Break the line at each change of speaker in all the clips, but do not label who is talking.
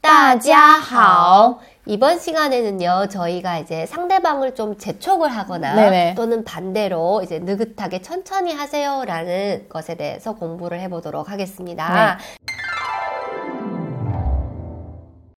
大家好. 이번 시간에는요, 저희가 이제 상대방을 좀 재촉을 하거나
네네.
또는 반대로 이제 느긋하게 천천히 하세요라는 것에 대해서 공부를 해보도록 하겠습니다.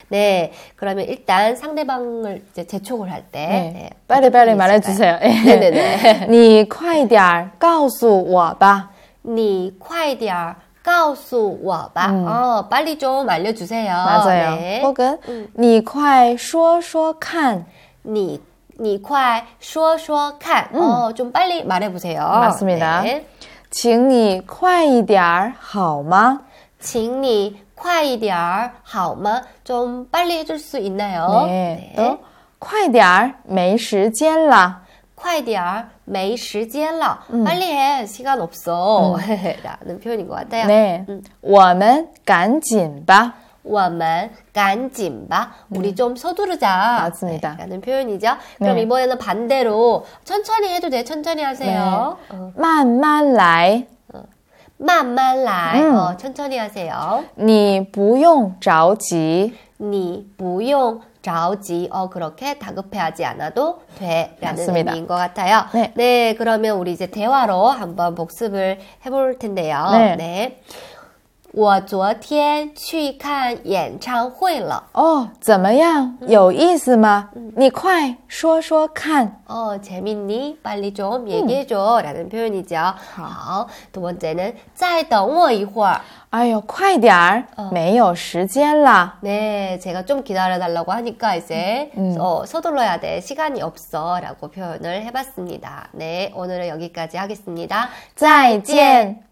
네, 그러면 일단 상대방을 이제 재촉을 할 때,
네.
네,
빨리빨리
어떻게
말해주세요.
네, 네, 네.
你快点告诉我吧.
你快点告诉我吧. 어, 빨리 좀 알려주세요.
음. 맞아요.
네.
혹은 你快说说看.
你你快说说看어좀빨리말해보세요
음. 맞습니다.
네.
请你快一点好吗?
请你快一点儿好吗좀빨리해줄수있나요
네. 또 快点儿没时间了.
快点儿没时间了
음.
빨리해시간없어 라는표현인것같아요
네. 哎我们赶紧吧.
我们赶紧吧우리좀서두르자
음.
네,
맞습니다.
라는표현이죠그럼
네.
이번에는반대로천천히해도돼천천히하세요
네. 慢慢来.
만만라
음.
이어천천히하세요
你不用着急.
你不用着急哦，그렇게다급해하지않아도 돼라는
맞습니다.
의미인 것 같아요.
네.
그러면 우리 이제 대화로 한번 복습을 해볼 텐데요.
네.
我昨天去看演唱会了。
어, 哦怎么样?有意思吗?你快说说看.
어, 재밌니? 빨리
음.
좀 얘기해줘. 라는 표현이죠.
아.
好. 두 번째는, 再等我一会儿.
아유, 哎快点儿.没有时间了.
네, 제가 좀 기다려달라고 하니까 이제 어, 서둘러야 돼. 시간이 없어. 라고 표현을 해봤습니다. 네, 오늘은 여기까지 하겠습니다. 再见。
再见.